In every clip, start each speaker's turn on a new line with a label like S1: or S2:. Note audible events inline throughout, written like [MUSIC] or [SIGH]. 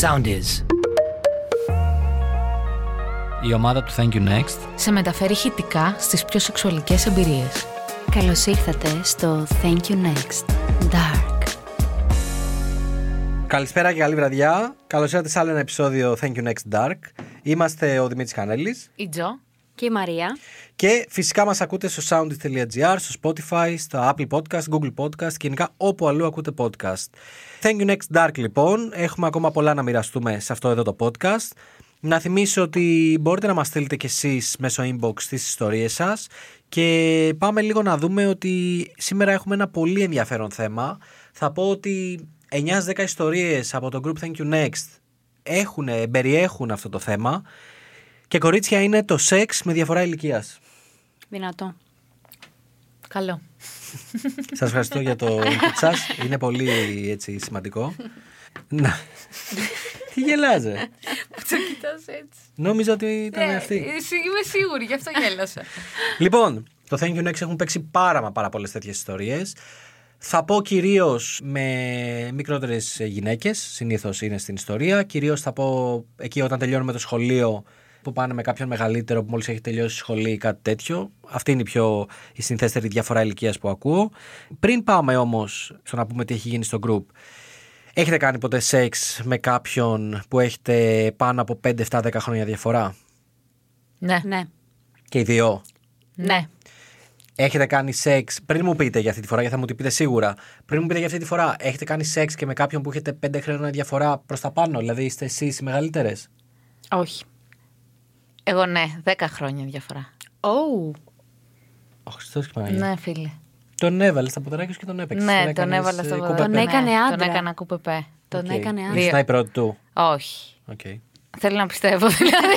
S1: sound is.
S2: Η ομάδα του Thank You Next
S3: σε μεταφέρει χητικά στις πιο σεξουαλικές εμπειρίες.
S4: Καλώς ήρθατε στο Thank You Next. Dark.
S5: Καλησπέρα και καλή βραδιά. Καλώς ήρθατε σε άλλο ένα επεισόδιο Thank you Next Dark. Είμαστε ο Δημήτρης Κανέλης
S3: Η Τζο
S4: Και η Μαρία.
S5: και φυσικά μας ακούτε στο soundist.gr, στο Spotify, στα Apple Podcast, Google Podcast και γενικά όπου αλλού ακούτε podcast. Thank you Next Dark λοιπόν. Έχουμε ακόμα πολλά να μοιραστούμε σε αυτό εδώ το podcast. Να θυμίσω ότι μπορείτε να μας στείλετε κι εσείς μέσω inbox τις ιστορίες σας και πάμε λίγο να δούμε ότι σήμερα έχουμε ένα πολύ ενδιαφέρον θέμα. Θα πω ότι 9-10 ιστορίες από το group Thank You Next έχουν, περιέχουν αυτό το θέμα και κορίτσια είναι το σεξ με διαφορά ηλικίας.
S4: Δυνατό.
S3: Καλό.
S5: Σας ευχαριστώ για το input σας. Είναι πολύ έτσι, σημαντικό. Να. Τι γελάζε.
S3: Το κοιτάς έτσι.
S5: Νόμιζα ότι ήταν
S3: Ε,
S5: αυτή.
S3: είμαι σίγουρη, γι' αυτό γέλασα.
S5: Λοιπόν, το Thank You Next έχουν παίξει πάρα μα πάρα πολλές τέτοιες ιστορίες. Θα πω κυρίως με μικρότερες γυναίκες, συνήθως είναι στην ιστορία. Κυρίως θα πω εκεί όταν τελειώνουμε το σχολείο που πάνε με κάποιον μεγαλύτερο που μόλις έχει τελειώσει σχολή ή κάτι τέτοιο. Αυτή είναι η πιο η συνθέστερη διαφορά ηλικίας που ακούω. Πριν πάμε όμως στο να πούμε τι έχει γίνει στο group, έχετε κάνει ποτέ σεξ με κάποιον που έχετε πάνω από 5, 7, 10 χρόνια διαφορά
S3: [LAUGHS] ναι,
S4: Ναι.
S5: και οι δύο.
S3: ναι.
S5: Έχετε κάνει σεξ. Πριν μου πείτε για αυτή τη φορά, γιατί θα μου την πείτε σίγουρα. Πριν μου πείτε για αυτή τη φορά, έχετε κάνει σεξ και με κάποιον που έχετε 5 χρόνια διαφορά προς τα πάνω. Δηλαδή είστε εσείς οι μεγαλύτερες.
S4: Όχι.
S3: Εγώ ναι, 10 χρόνια διαφορά.
S4: Oh.
S5: Ο Χριστός και η Παναγία.
S3: Ναι, φίλε.
S5: Τον έβαλες στα ποδαράκια σου και τον ε, έπαιξες.
S3: ναι, τον έβαλα στο
S5: κουπέ.
S3: ποδαράκι.
S4: Τον έκανε
S3: Ναι,
S4: άντρα.
S3: Τον έκανα κουπεπέ.
S4: Τον έκανε
S5: άντρα.
S4: άντρα.
S5: Ήσουν η πρώτη του.
S3: Όχι.
S5: Okay.
S3: Θέλω να πιστεύω [LAUGHS]
S4: [LAUGHS]
S3: δηλαδή.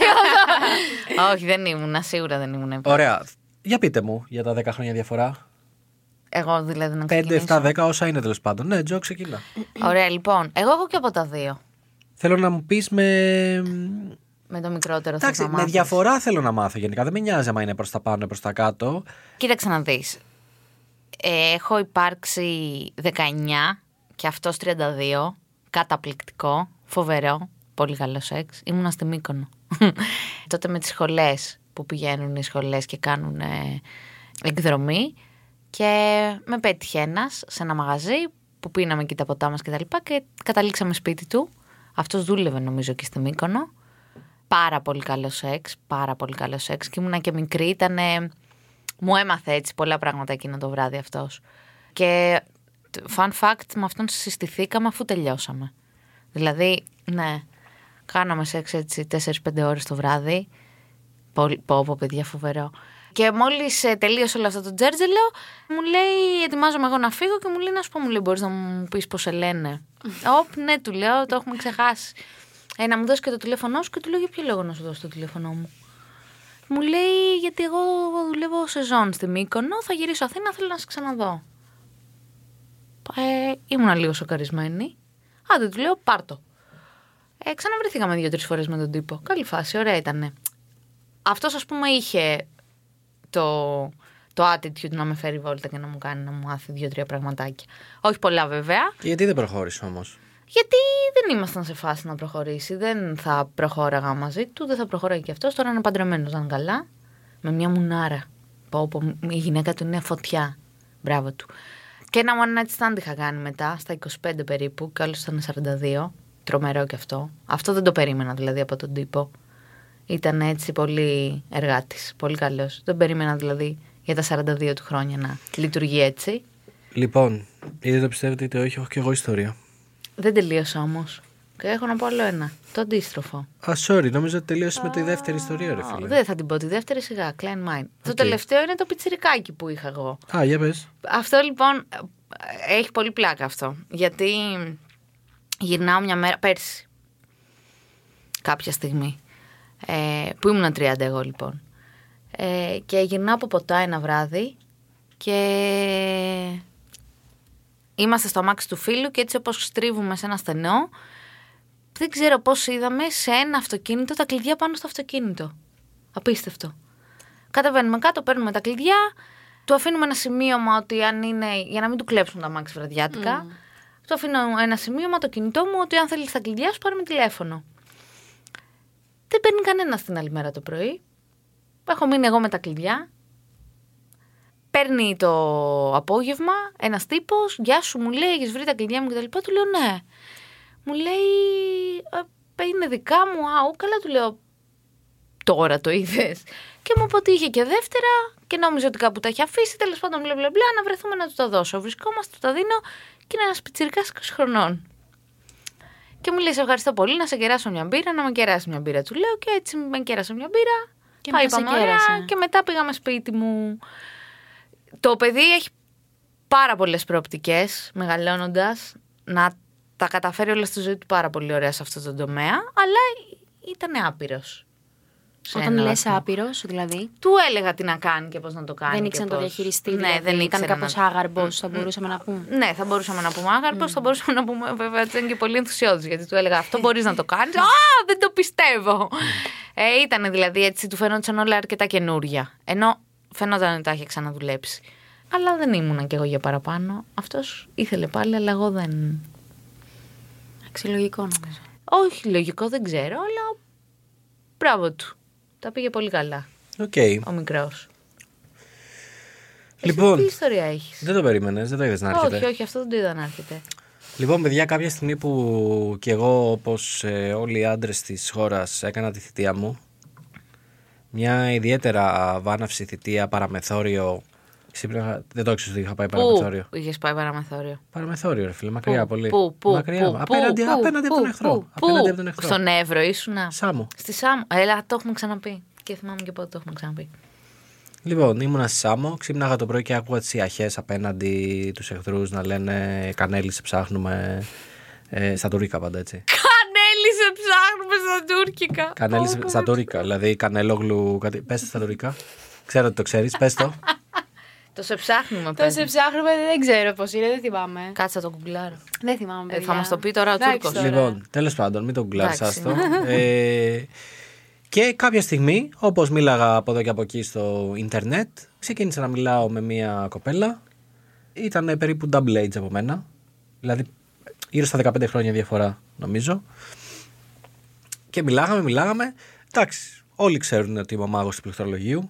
S3: Όχι, δεν ήμουν, σίγουρα δεν ήμουν.
S5: Ωραία. Για πείτε μου για τα 10 χρόνια διαφορά.
S3: Εγώ δηλαδή να
S5: 5,
S3: ξεκινήσω.
S5: 7, 10, όσα είναι τέλος πάντων. Ναι, Τζο, ξεκινά.
S3: Ωραία, λοιπόν. Εγώ έχω και από τα δύο.
S5: θέλω να μου πεις με.
S3: Με το μικρότερο θα
S5: Εντάξει,
S3: τα
S5: με
S3: μάθεις.
S5: διαφορά θέλω να μάθω γενικά. Δεν με νοιάζει άμα είναι προς τα πάνω ή προς τα κάτω.
S3: Κοίταξε να δεις. Ε, έχω υπάρξει 19 και αυτός 32. Καταπληκτικό, φοβερό, πολύ καλό σεξ. Ήμουνα στη Μύκονο. [LAUGHS] Τότε με τις σχολές που πηγαίνουν οι σχολές και κάνουν ε, εκδρομή. Και με πέτυχε ένας σε ένα μαγαζί που πίναμε και τα ποτά μας και τα λοιπά και καταλήξαμε σπίτι του. Αυτός δούλευε νομίζω και στη Μύκονο. Πάρα πολύ καλό σεξ, πάρα πολύ καλό σεξ. Και ήμουνα και μικρή, ήταν. μου έμαθε έτσι πολλά πράγματα εκείνο το βράδυ αυτός. Και τ- fun fact, με αυτόν συστηθήκαμε αφού τελειώσαμε. Δηλαδή, ναι, κάναμε σεξ έτσι 4-5 ώρες το βράδυ. Πολύ, πω, πω, παιδιά, φοβερό. Και μόλις τελείωσε όλο αυτό το τζέρτζελο, μου λέει: Ετοιμάζομαι εγώ να φύγω και μου λέει: Να σου πω, μου λέει, μπορείς να μου πεις πώς σε λένε. Όπ, ναι, του λέω, το έχουμε ξεχάσει. Ε, να μου δώσει και το τηλέφωνό σου και του λέω: Για ποιο λόγο να σου δώσω το τηλέφωνό μου. Μου λέει: Γιατί εγώ δουλεύω σεζόν στη Μύκονο, θα γυρίσω Αθήνα, θέλω να σε ξαναδώ. Ε, ήμουνα λίγο σοκαρισμένη. Άντε, του λέω: Πάρτο. Ε, ξαναβρεθήκαμε δύο-τρει φορές με τον τύπο. Καλή φάση, ωραία ήταν. Αυτός, ας πούμε, είχε το, το attitude να με φέρει βόλτα και να μου κάνει να μου μάθει δύο-τρία πραγματάκια. Όχι πολλά βέβαια.
S5: Γιατί δεν προχώρησε όμως.
S3: Γιατί δεν ήμασταν σε φάση να προχωρήσει. Δεν θα προχώραγα μαζί του, δεν θα προχώραγε και αυτός. Τώρα είναι παντρεμένος, ήταν καλά. Με μια μουνάρα. Πω, πω, η γυναίκα του είναι φωτιά. Μπράβο του. Και ένα one night stand είχα κάνει μετά, στα 25 περίπου, και άλλος ήταν 42. Τρομερό κι αυτό. Αυτό δεν το περίμενα δηλαδή από τον τύπο. Ήταν έτσι πολύ εργάτης, πολύ καλός. Δεν περίμενα δηλαδή για τα 42 του χρόνια να λειτουργεί έτσι.
S5: Λοιπόν, είτε το πιστεύετε είτε όχι, έχω και εγώ ιστορία.
S3: Δεν τελείωσα όμως. Και έχω να πω άλλο ένα. Το αντίστροφο.
S5: Α, sorry, νόμιζα ότι τελείωσε με τη δεύτερη ιστορία, ρε φίλε.
S3: Δεν θα την πω τη δεύτερη σιγά, Klein Mind. Το τελευταίο είναι το πιτσιρικάκι που είχα εγώ.
S5: Α, για πες.
S3: Αυτό λοιπόν ε, έχει πολύ πλάκα αυτό. Γιατί γυρνάω μια μέρα πέρσι. Κάποια στιγμή. Ε, που ήμουν 30 εγώ λοιπόν. Ε, και γυρνάω από ποτά ένα βράδυ και είμαστε στο αμάξι του φίλου και έτσι όπως στρίβουμε σε ένα στενό, δεν ξέρω πώς είδαμε σε ένα αυτοκίνητο τα κλειδιά πάνω στο αυτοκίνητο. Απίστευτο. Κατεβαίνουμε κάτω, παίρνουμε τα κλειδιά, του αφήνουμε ένα σημείωμα ότι αν είναι, για να μην του κλέψουν τα αμάξι βραδιάτικα, Του αφήνω ένα σημείωμα το κινητό μου ότι αν θέλεις τα κλειδιά σου, πάρε με τηλέφωνο. Δεν παίρνει κανένα την άλλη μέρα το πρωί. Έχω μείνει εγώ με τα κλειδιά. Παίρνει το απόγευμα ένας τύπος, γεια σου, μου λέει: Έχεις βρει τα κλειδιά μου κτλ. Του λέω: Ναι. Μου λέει: «Ε, Είναι δικά μου. Α, ου, καλά, του λέω: Τώρα το είδες. Και μου είπε ότι είχε και δεύτερα και νόμιζε ότι κάπου τα έχει αφήσει. Τέλος πάντων, μπλε μπλε μπλε, να βρεθούμε να του τα δώσω. Βρισκόμαστε, του τα δίνω και είναι ένας πιτσυρικά 20 χρονών. Και μου λέει: Σε ευχαριστώ πολύ, να σε κεράσω μια μπύρα, να με κεράσει μια μπύρα. Του λέω και έτσι με κέρασε μια μπύρα.
S1: Και
S3: Πάει,
S1: μετά σε
S3: είπαμε, ωραία,
S1: κέρασε.
S3: και μετά πήγαμε σπίτι μου. Το παιδί έχει πάρα πολλές προοπτικές μεγαλώνοντας να τα καταφέρει όλα στη ζωή του πάρα πολύ ωραία σε αυτό το τομέα, αλλά ήταν άπειρος. σε
S1: Όταν
S3: ένα
S1: λες
S3: βαθμό.
S1: άπειρος, δηλαδή.
S3: Του έλεγα τι να κάνει και πώς να το κάνει.
S1: δεν
S3: και
S1: ήξερε να το
S3: πώς.
S1: διαχειριστεί.
S3: Ναι,
S1: δηλαδή,
S3: δεν ήξερε.
S1: Ήταν
S3: να-
S1: κάπω άγαρμπο, θα μπορούσαμε να πούμε.
S3: Ναι, θα μπορούσαμε να πούμε άγαρπο, θα μπορούσαμε να πούμε βέβαια ότι ήταν και πολύ ενθουσιώδης γιατί του έλεγα αυτό μπορείς να το κάνεις. Α, δεν το πιστεύω. Ε, ήταν δηλαδή έτσι, του φαινόταν όλα αρκετά καινούρια. Ενώ φαινόταν ότι τα είχε ξαναδουλέψει. Αλλά δεν ήμουνα κι εγώ για παραπάνω. Αυτός ήθελε πάλι, αλλά εγώ δεν.
S1: Εντάξει, λογικό νομίζω.
S3: Όχι, λογικό δεν ξέρω, αλλά. Μπράβο του. Τα πήγε πολύ καλά
S5: Οκ.
S3: ο μικρός.
S5: Λοιπόν,
S3: Τι ιστορία έχεις.
S5: δεν το περίμενες, δεν το είδες να έρχεται.
S3: Όχι, όχι, αυτό δεν το είδα να έρχεται.
S5: Λοιπόν, παιδιά, κάποια στιγμή που κι εγώ, όπως ε, όλοι οι άντρες της χώρας, έκανα τη θητεία μου, μια ιδιαίτερα βάναυση θητεία, παραμεθόριο. Σήμερα δεν το ήξερα ότι είχα πάει παραμεθόριο.
S3: Πού είχες πάει παραμεθόριο.
S5: Παραμεθόριο, ρε φίλε, μακριά
S3: Πού,
S5: πολύ.
S3: πού, πού,
S5: μακριά.
S3: πού,
S5: απέναντι
S3: πού,
S5: απέναντι
S3: πού,
S5: από τον
S3: πού,
S5: εχθρό.
S3: πού,
S5: Απέναντι
S3: πού.
S5: από τον εχθρό.
S3: Στον Εύρο ήσουνα.
S5: Σάμο.
S3: Στη Σάμο. Έλα, το έχουμε ξαναπεί. Και θυμάμαι και πότε το έχουμε ξαναπεί.
S5: Λοιπόν, ήμουνα στη Σάμο, ξύπναγα το πρωί και άκουγα τις ιαχές απέναντι τους εχθρούς να λένε Κανέλη, σε ψάχνουμε. Ε, στα τουρικά πάντα έτσι.
S3: Κανέλη, σε ψάχνουμε στα τουρκικά.
S5: Κανέλη στα τουρικά, δηλαδή Κανέλογλου. Κάτι... Πες στα τουρικά. Ξέρω ότι το ξέρεις, πες το.
S3: Το σε ψάχνουμε,
S1: Το
S3: πες.
S1: σε ψάχνουμε, δεν ξέρω πώς είναι, δεν θυμάμαι.
S3: Κάτσε το κουκλάρω.
S1: Δεν
S3: Ε,
S1: θυμάμαι.
S3: θα
S1: παιδιά.
S3: μας το πει τώρα ο
S1: Εντάξει,
S3: Τούρκος.
S1: τώρα.
S5: λοιπόν, τέλος πάντων, μην τον κλάσει,
S3: Εντάξει.
S5: άστο. Ε, και κάποια στιγμή, όπως μίλαγα από εδώ και από εκεί στο Ιντερνετ, ξεκίνησα να μιλάω με μία κοπέλα. Ήταν περίπου double age από μένα. Δηλαδή, γύρω στα 15 χρόνια διαφορά, νομίζω. Και μιλάγαμε, μιλάγαμε. Εντάξει, όλοι ξέρουν ότι είμαι ο μάγος του πληκτρολογίου.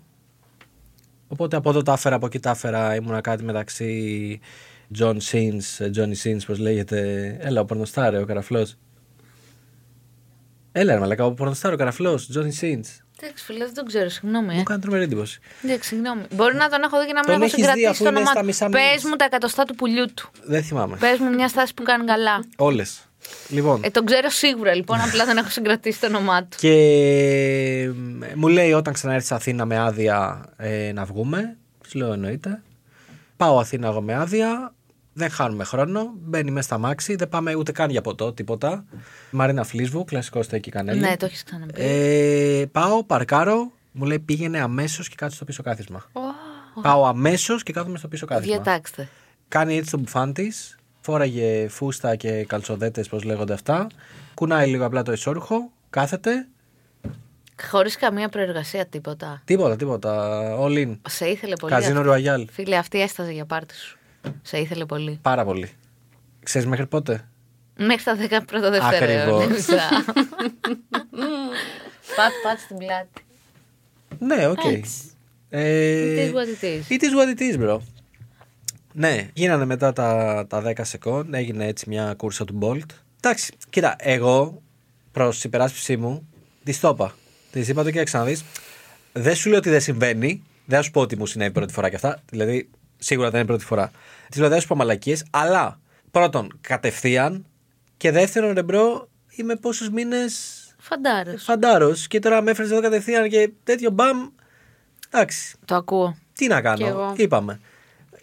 S5: Οπότε από εδώ τα έφερα, από εκεί τα έφερα. Ήμουνα κάτι μεταξύ John Sins, Johnny Sins, πώς λέγεται. Έλα, ο Πορνοστάρε, ο καραφλός. Έλα, ρε μαλακά, ο Πορνοστάρε, ο καραφλός, Johnny Sins.
S3: Εντάξει, φίλε, δεν τον ξέρω, συγγνώμη.
S5: Μου
S3: ε.
S5: κάνει τρομερή εντύπωση.
S3: Εντάξει, συγγνώμη. Μπορεί να τον έχω δει και να μην
S5: Τον
S3: έχω
S5: έχεις δει
S3: συγκρατήσει
S5: αφού
S3: το
S5: είναι
S3: όνομά
S5: στα
S3: του.
S5: μισά
S3: Πες
S5: μήνες.
S3: μου τα εκατοστά του πουλιού του.
S5: Δεν θυμάμαι.
S3: Πες μου μια στάση που κάνει καλά.
S5: Όλες. Λοιπόν.
S3: Ε, τον ξέρω σίγουρα, λοιπόν, απλά δεν έχω συγκρατήσει το όνομά του.
S5: Και μ, μου λέει όταν ξαναέρθει στην Αθήνα με άδεια ε, να βγούμε. Της λέω εννοείται. Πάω Αθήνα εγώ με άδεια. Δεν χάνουμε χρόνο. Μπαίνει μέσα στα μάξι. Δεν πάμε ούτε καν για ποτό, τίποτα. Μαρίνα Φλίσβου, κλασικό στέκι κανέλη.
S3: Ναι, το έχεις ξαναπεί.
S5: Ε, πάω, παρκάρω. Μου λέει πήγαινε αμέσως και κάτσε στο πίσω κάθισμα. Πάω αμέσως και κάθομαι στο πίσω κάθισμα.
S3: Διατάξτε.
S5: Κάνει έτσι τον μπουφάν της. Φόραγε φούστα και καλτσοδέτε, πώς λέγονται αυτά. Κουνάει λίγο απλά το εσόρουχο. Κάθεται.
S3: Χωρίς καμία προεργασία, τίποτα.
S5: Τίποτα, τίποτα. All in.
S3: Σε ήθελε πολύ.
S5: Καζίνο
S3: αυτή.
S5: Ρουαγιάλ.
S3: Φίλε, αυτή έσταζε για πάρτι σου. Σε ήθελε πολύ.
S5: Πάρα πολύ. Ξέρεις μέχρι πότε.
S3: Μέχρι τα 10 πρώτα Δευτέρα.
S5: Ακριβώς.
S3: [LAUGHS] Πάτ, πάτ στην πλάτη.
S5: Ναι, οκ.
S3: It
S5: Ε,
S3: is what it is.
S5: It is what it is, bro. Ναι, γίνανε μετά τα, τα 10 σεκόν, έγινε έτσι μια κούρσα του Bolt. Εντάξει, κοίτα, εγώ προς υπεράσπιση μου τη το είπα. Τη είπα το και ξαναδείς. Δεν σου λέω ότι δεν συμβαίνει. Δεν θα σου πω ότι μου συνέβη πρώτη φορά και αυτά. Δηλαδή, σίγουρα δεν είναι πρώτη φορά. Τη λέω δεν θα σου πω μαλακίες, αλλά πρώτον, κατευθείαν. Και δεύτερον, ρε μπρο, είμαι πόσους μήνες
S3: Φαντάρος.
S5: φαντάρος. Και τώρα με έφερες εδώ κατευθείαν και τέτοιο μπαμ. Εντάξει.
S3: Το ακούω.
S5: Τι να
S1: Κι εγώ.
S5: κάνω, είπαμε.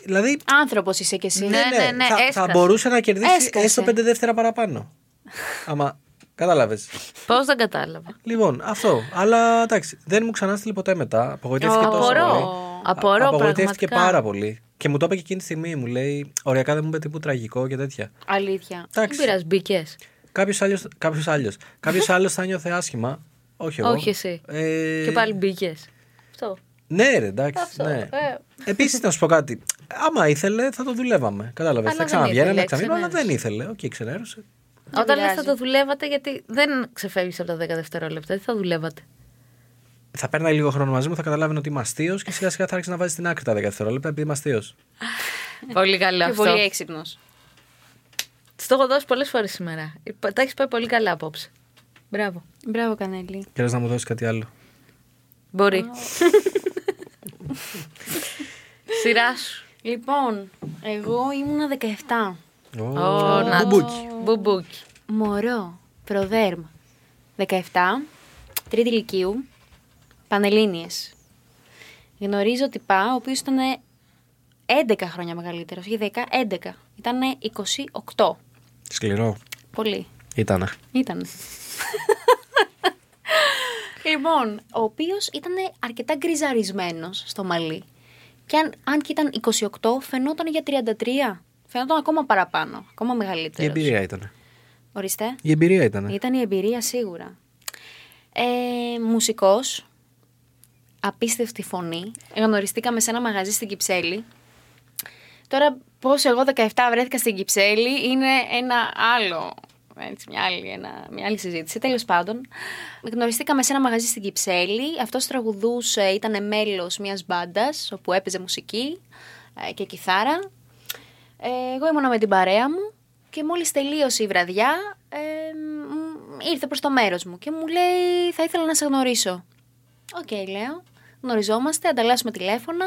S5: Δηλαδή,
S1: Άνθρωπος είσαι κι εσύ.
S3: Ναι, ναι, ναι,
S5: θα,
S3: έσκασε.
S5: θα μπορούσε να κερδίσει
S1: Έσκασε.
S5: έστω πέντε δεύτερα παραπάνω.
S3: [LAUGHS]
S5: Άμα κατάλαβες.
S3: Πώς δεν κατάλαβα.
S5: Λοιπόν, αυτό. Αλλά εντάξει, δεν μου ξανά στείλει ποτέ μετά. Απογοητεύτηκε
S1: Ω,
S5: τόσο
S1: απορώ.
S5: πολύ.
S3: Απορώ,
S5: Απογοητεύτηκε
S3: πραγματικά.
S5: πάρα πολύ. Και μου το είπε και εκείνη τη στιγμή. Μου λέει, Οριακά δεν μου είπε τίποτα τραγικό και τέτοια.
S1: Αλήθεια.
S3: Δεν
S5: Εντάξει.
S3: πειράζει, μπήκες.
S5: Κάποιος άλλος κάποιος άλλος,
S3: [LAUGHS]
S5: κάποιος άλλος θα νιώθε άσχημα. Όχι εγώ.
S3: Όχι εσύ.
S5: Ε,
S3: Και πάλι μπήκες. Αυτό.
S5: Ναι, ρε, εντάξει. Ναι.
S3: ε.
S5: Επίσης, να σου πω κάτι. Άμα ήθελε, θα το δουλεύαμε. Κατάλαβες.
S3: Αλλά
S5: Θα
S3: δεν
S5: ξαναβγαίναμε,
S3: ήθελε,
S5: ξαναβγαίναμε, αλλά δεν
S3: ξενέρωσε.
S5: ήθελε. Οκ, ξενέρωσε.
S3: Όταν λες
S1: πειράζει.
S3: θα το δουλεύατε, γιατί δεν ξεφεύγεις από τα 10 δευτερόλεπτα, τι θα δουλεύατε.
S5: Θα παίρνει λίγο χρόνο μαζί μου, θα καταλάβαινε ότι είμαι αστείος και σιγά σιγά θα άρχισε να βάζει στην άκρη τα 10 δευτερόλεπτα επειδή είμαι αστείος.
S3: Ε, πολύ καλό
S1: Και
S3: αυτό.
S1: πολύ έξυπνος.
S3: Τη το έχω δώσει πολλές φορές σήμερα. Υπα- Τα έχεις πάει πολύ καλά απόψε. Μπράβο.
S1: Μπράβο, Κανέλη.
S5: Και λες να μου δώσεις κάτι άλλο.
S3: Μπορεί. [LAUGHS] Σειρά σου.
S1: Λοιπόν, εγώ ήμουνα 17.
S5: Ω,
S3: Ω, να-
S5: μπουμπούκι.
S3: Μπουμπούκι.
S1: Μωρό, προδέρμα. 17, τρίτη ηλικίου, Πανελλήνιες. Γνωρίζω τυπά, ο οποίος ήταν 11 χρόνια μεγαλύτερος, όχι 10, 11. Ήταν 28.
S5: Σκληρό.
S1: Πολύ.
S5: Ήτανε.
S1: Ήταν. λοιπόν, ο οποίος ήταν αρκετά γκριζαρισμένος στο μαλλί. Και αν, αν και ήταν 28, φαινόταν για 33. Φαινόταν ακόμα παραπάνω, ακόμα
S5: Η
S1: μεγαλύτερος.
S5: εμπειρία ήταν.
S1: Ορίστε.
S5: Η εμπειρία ήταν.
S1: Ήταν η εμπειρία σίγουρα. Ε, μουσικός, απίστευτη φωνή. Γνωριστήκαμε σε ένα μαγαζί στην Κυψέλη. Τώρα πώς εγώ 17 βρέθηκα στην Κυψέλη είναι ένα άλλο, έτσι, μια, άλλη, ένα, μια άλλη συζήτηση. Τέλος πάντων, γνωριστήκαμε σε ένα μαγαζί στην Κυψέλη. Αυτός τραγουδούσε, ήταν μέλος μιας μπάντας όπου έπαιζε μουσική ε, και κιθάρα. Ε, εγώ ήμουνα με την παρέα μου και μόλις τελείωσε η βραδιά ε, μ, ήρθε προς το μέρος μου και μου λέει θα ήθελα να σε γνωρίσω. Οκ, λέω. Γνωριζόμαστε, ανταλλάσσουμε τηλέφωνα.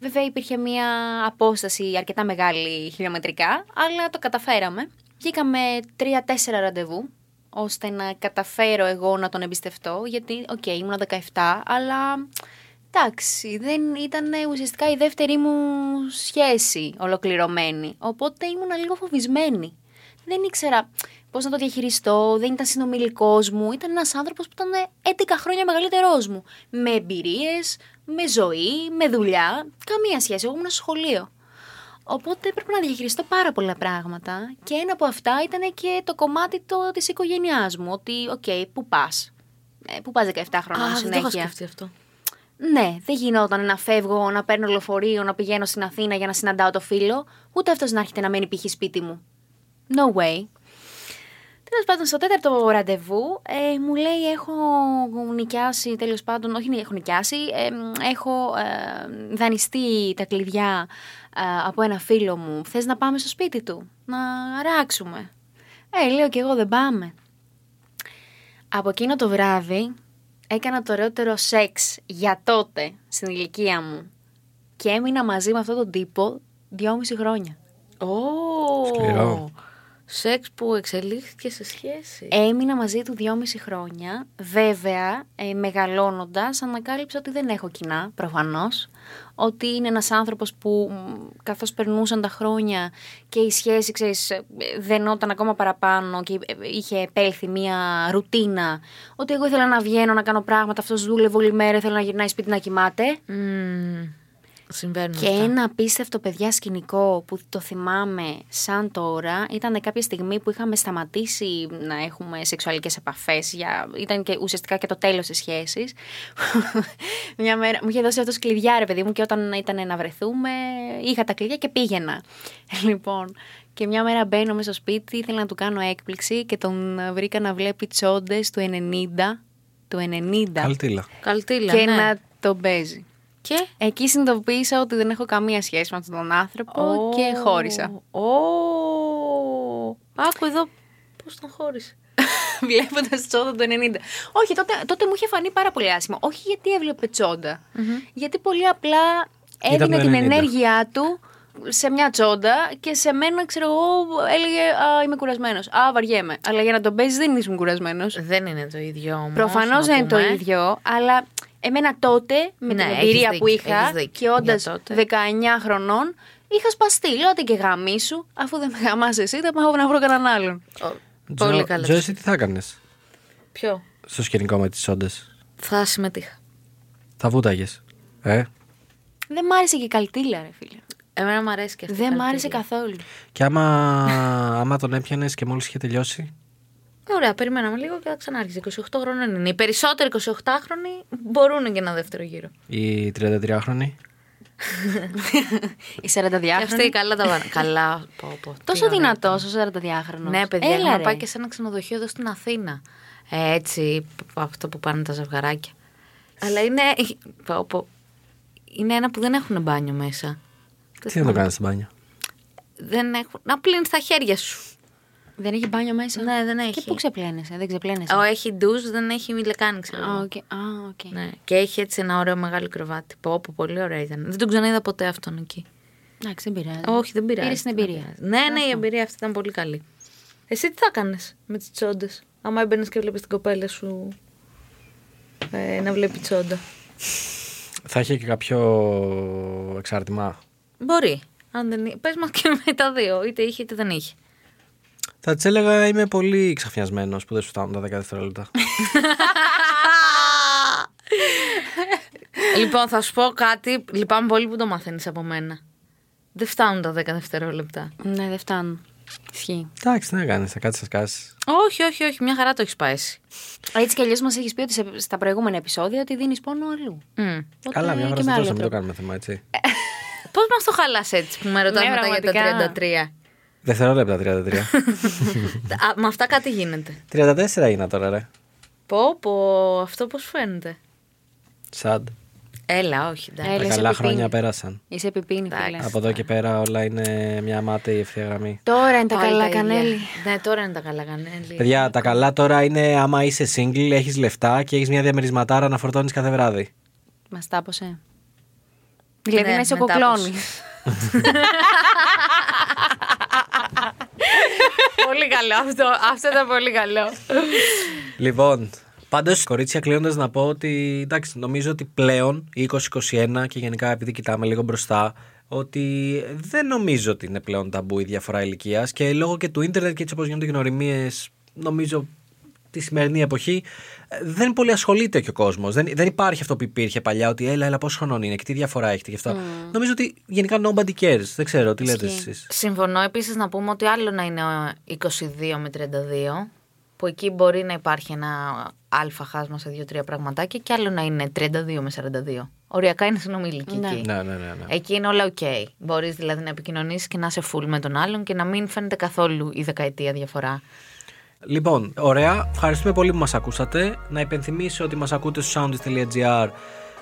S1: Βέβαια υπήρχε μια απόσταση αρκετά μεγάλη χιλιομετρικά, αλλά το καταφέραμε. Βγήκαμε τρία-τέσσερα ραντεβού, ώστε να καταφέρω εγώ να τον εμπιστευτώ, γιατί, οκ, ήμουν 17, αλλά εντάξει, δεν ήταν ουσιαστικά η δεύτερη μου σχέση ολοκληρωμένη. Οπότε ήμουν λίγο φοβισμένη. Δεν ήξερα πώς να το διαχειριστώ, δεν ήταν συνομιλικός μου. Ήταν ένας άνθρωπος που ήταν 11 χρόνια μεγαλύτερός μου. Με εμπειρίες, με ζωή, με δουλειά. Καμία σχέση. Εγώ ήμουν στο σχολείο. Οπότε έπρεπε να διαχειριστώ πάρα πολλά πράγματα. Και ένα από αυτά ήταν και το κομμάτι το, της οικογένειάς μου. Ότι, οκ, πού πας. Ε, πού πας 17 χρόνια συνέχεια.
S3: αυτό.
S1: Ναι, δεν γινόταν να φεύγω, να παίρνω λεωφορείο, να πηγαίνω στην Αθήνα για να συναντάω το φίλο, ούτε αυτός να έρχεται να μένει π.χ. σπίτι μου. No way. Τέλος πάντων, στο τέταρτο ραντεβού ε, μου λέει: Έχω νοικιάσει, τέλος πάντων, όχι έχω νοικιάσει, ε, μ, έχω ε, δανειστεί τα κλειδιά ε, από ένα φίλο μου. Θες να πάμε στο σπίτι του, να αράξουμε. Ε, λέω κι εγώ δεν πάμε. Από εκείνο το βράδυ έκανα το ωραιότερο σεξ για τότε στην ηλικία μου και έμεινα μαζί με αυτόν τον τύπο δυόμιση χρόνια.
S5: Σκληρό.
S3: Σεξ που εξελίχθηκε σε σχέση.
S1: Έμεινα μαζί του δυόμιση χρόνια. Βέβαια, ε, μεγαλώνοντας, ανακάλυψα ότι δεν έχω κοινά, προφανώς. Ότι είναι ένας άνθρωπος που μ, καθώς περνούσαν τα χρόνια και η σχέση, ξέρεις, ε, δενόταν ακόμα παραπάνω και ε, είχε επέλθει μία ρουτίνα. Ότι εγώ ήθελα να βγαίνω, να κάνω πράγματα, αυτός δούλευε όλη μέρα, ήθελα να γυρνάει σπίτι να κοιμάται.
S3: Μμμ. Συμβαίνουν
S1: Και
S3: αυτά.
S1: ένα απίστευτο παιδιά σκηνικό που το θυμάμαι σαν τώρα ήταν κάποια στιγμή που είχαμε σταματήσει να έχουμε σεξουαλικές επαφές για... ήταν και ουσιαστικά και το τέλος της σχέσης [LAUGHS] Μια μέρα μου είχε δώσει αυτός κλειδιά ρε παιδί μου και όταν ήταν να βρεθούμε είχα τα κλειδιά και πήγαινα [LAUGHS] Λοιπόν και μια μέρα μπαίνω μέσα στο σπίτι, ήθελα να του κάνω έκπληξη και τον βρήκα να βλέπει τσόντες του 90, του 90
S5: Καλτήλα.
S3: Καλτήλα,
S1: και
S3: ναι.
S1: να τον παίζει.
S3: Και...
S1: Εκεί συνειδητοποίησα ότι δεν έχω καμία σχέση με αυτόν τον άνθρωπο και χώρισα. [LAUGHS]
S3: Ω, Άκου εδώ πώς τον χώρισε.
S1: Βλέποντας τσόντα το 90. Όχι, τότε, τότε μου είχε φανεί πάρα πολύ άσχημο. Όχι γιατί έβλεπε τσόντα. Γιατί πολύ απλά
S5: Ήταν το
S1: έδινε την
S5: 90.
S1: ενέργειά του σε μια τσόντα και σε μένα, ξέρω εγώ, έλεγε Α, είμαι κουρασμένος. Α, βαριέμαι. Αλλά για να τον παίζεις δεν ήσουν κουρασμένος.
S3: Δεν είναι το ίδιο όμως. να
S1: Προφανώ δεν είναι το
S3: πούμε. ε.
S1: ίδιο, αλλά εμένα τότε με
S3: Ναι,
S1: την
S3: έχεις
S1: εμπειρία
S3: δίκιο,
S1: που είχα
S3: έχεις δίκιο
S1: και όντα
S3: για τότε.
S1: 19 χρονών, είχα σπαστεί. Λέω ότι και γαμί σου, αφού δεν με γαμάς εσύ, θα πάω να βρω κανέναν άλλον.
S3: Ο- Πολύ καλά.
S5: Τζο, εσύ τι θα έκανες
S3: Ποιο.
S5: στο σκηνικό με τις όντες.
S3: Θα συμμετείχα.
S5: Θα βούταγες. Ε.
S1: Δεν μ' άρεσε και η καλτήλα, ρε φίλε.
S3: Εμένα μου αρέσει και αυτή η
S1: Δεν μ'
S3: καλτήλα.
S1: άρεσε καθόλου.
S5: Και άμα, άμα τον έπιανες και μόλις είχε τελειώσει.
S3: Ωραία, περιμέναμε λίγο και θα ξανάρχισε. 28 χρόνων είναι. Οι περισσότεροι 28χρονοι μπορούν και ένα δεύτερο γύρο.
S5: Η 33χρονη.
S1: Η
S3: Και αυτοί
S1: 42χρονη.
S3: καλά τα βάνε. καλά. Πω, [LAUGHS] πω, τι
S1: Τόσο
S3: ωραία.
S1: δυνατός ο 42χρονο.
S3: Ναι, παιδιά, Έλα, να πάει και σε ένα ξενοδοχείο εδώ στην Αθήνα. Ε, έτσι, π- αυτό που πάνε τα ζευγαράκια. Αλλά είναι. πω, πω. Είναι ένα που δεν έχουν μπάνιο μέσα.
S5: Τι να το κάνει στην μπάνια.
S3: Δεν έχουν. Να πλύνει τα χέρια σου.
S1: Δεν έχει μπάνιο μέσα.
S3: Ναι, δεν έχει.
S1: Και πού ξεπλένεσαι, δεν ξεπλένεσαι.
S3: Ο, έχει ντουζ, δεν έχει λεκάνη, ξέρω εγώ.
S1: Α, οκ. Α, οκ.
S3: Ναι. Και έχει έτσι ένα ωραίο μεγάλο κρεβάτι. Πω, πω, πολύ ωραία ήταν. Δεν τον ξαναείδα ποτέ αυτόν εκεί.
S1: Εντάξει, δεν πειράζει.
S3: Όχι, δεν πειράζει.
S1: Πήρε την
S3: δεν
S1: εμπειρία.
S3: πειράζει. Ναι, ναι, η εμπειρία αυτή ήταν πολύ καλή. Εσύ τι θα έκανε με τις τσόντες, άμα έμπαινες και βλέπεις την κοπέλα σου ε, να βλέπει τσόντα.
S5: Θα είχε και κάποιο εξάρτημα.
S3: Μπορεί. Αν δεν... Πες μας και με τα δύο. Είτε είχε είτε δεν είχε.
S5: Θα της έλεγα είμαι πολύ ξαφνιασμένο που δεν σου φτάνουν τα 10
S1: [LAUGHS]
S5: δευτερόλεπτα.
S3: [LAUGHS] λοιπόν, θα σου πω κάτι. Λυπάμαι πολύ που το μαθαίνεις από μένα. Δεν φτάνουν τα 10 δευτερόλεπτα.
S1: Ναι, δεν φτάνουν. Ισχύει.
S5: Εντάξει, τι να κάνεις, θα κάτσεις, θα σκάσεις.
S3: Όχι, όχι, όχι. Μια χαρά το έχεις σπάσει.
S1: Έτσι κι αλλιώς μας έχεις πει ότι σε- στα προηγούμενα επεισόδια ότι δίνεις πόνο αλλού.
S3: Mm.
S1: Οπότε
S5: Καλά, μια
S1: και
S5: φορά
S1: με
S5: στο
S1: άλλο
S5: δώσαμε, μην το
S1: τρόπο. Ε.
S5: κάνουμε θέμα, έτσι.
S3: Πώς μας το χαλάς έτσι που με ρωτάς
S1: Ναι,
S3: μετά για τα
S1: πραγματικά.
S3: 33.
S5: Δευτερόλεπτα
S1: [LAUGHS]
S5: 33.
S3: Α, με αυτά κάτι γίνεται.
S5: 34 είναι τώρα, ρε.
S3: Πω, πω, αυτό πώς φαίνεται.
S5: Σαντ.
S3: Έλα, όχι, εντάξει.
S5: Τα
S1: Έλα,
S5: καλά
S1: σε
S5: χρόνια
S1: πιπίνι.
S5: πέρασαν.
S1: Είσαι επιπίνη, φίλε.
S5: Από εδώ και πέρα όλα είναι μια μάταιη ευθεία γραμμή.
S1: Τώρα είναι τα
S3: Πάλι
S1: καλά
S3: ίδια.
S1: κανέλη.
S3: Ναι, τώρα είναι τα καλά κανέλη.
S5: Παιδιά, τα καλά τώρα είναι άμα είσαι single, έχεις λεφτά και έχεις μια διαμερισματάρα να φορτώνεις κάθε βράδυ.
S1: Μας τάποσε. Δηλαδή
S3: Ναι,
S1: να είσαι ο
S3: με τάπωσε.
S1: κοκλώνης.
S3: πολύ καλό
S1: [LAUGHS]
S3: αυτό. Αυτό ήταν πολύ καλό.
S5: Λοιπόν, πάντως, κορίτσια, κλείνοντας να πω ότι εντάξει, νομίζω ότι πλέον η 2021 και γενικά επειδή κοιτάμε λίγο μπροστά, ότι δεν νομίζω ότι είναι πλέον ταμπού η διαφορά ηλικίας και λόγω και του ίντερνετ και έτσι όπως γίνονται γνωριμίες, νομίζω τη σημερινή εποχή, ε, δεν πολύ ασχολείται και ο κόσμος. Δεν, δεν υπάρχει αυτό που υπήρχε παλιά, ότι έλα, έλα, πόσο χρονών είναι και τι διαφορά έχετε και αυτά. Νομίζω ότι γενικά nobody cares. Δεν ξέρω, τι λέτε εσείς.
S3: [LAUGHS] Συμφωνώ επίσης να πούμε ότι άλλο να είναι ο 22 με 32, που εκεί μπορεί να υπάρχει ένα αλφα χάσμα σε δύο-τρία πραγματάκια, και άλλο να είναι 32 με 42. Οριακά είναι συνομιλική εκεί.
S5: Ναι, ναι, ναι. ναι.
S3: Εκεί είναι όλα οκ. Okay. Μπορείς δηλαδή να επικοινωνήσεις και να είσαι full με τον άλλον και να μην φαίνεται καθόλου η δεκαετία διαφορά.
S5: Λοιπόν, ωραία. Ευχαριστούμε πολύ που μας ακούσατε. Να υπενθυμίσω ότι μας ακούτε στο soundist.gr.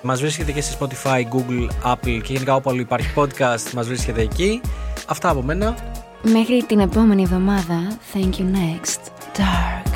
S5: Μας βρίσκεται και σε Spotify, Google, Apple και γενικά όπου αλλού υπάρχει podcast μας βρίσκεται εκεί. Αυτά από μένα.
S4: Μέχρι την επόμενη εβδομάδα, Thank you next, Dark.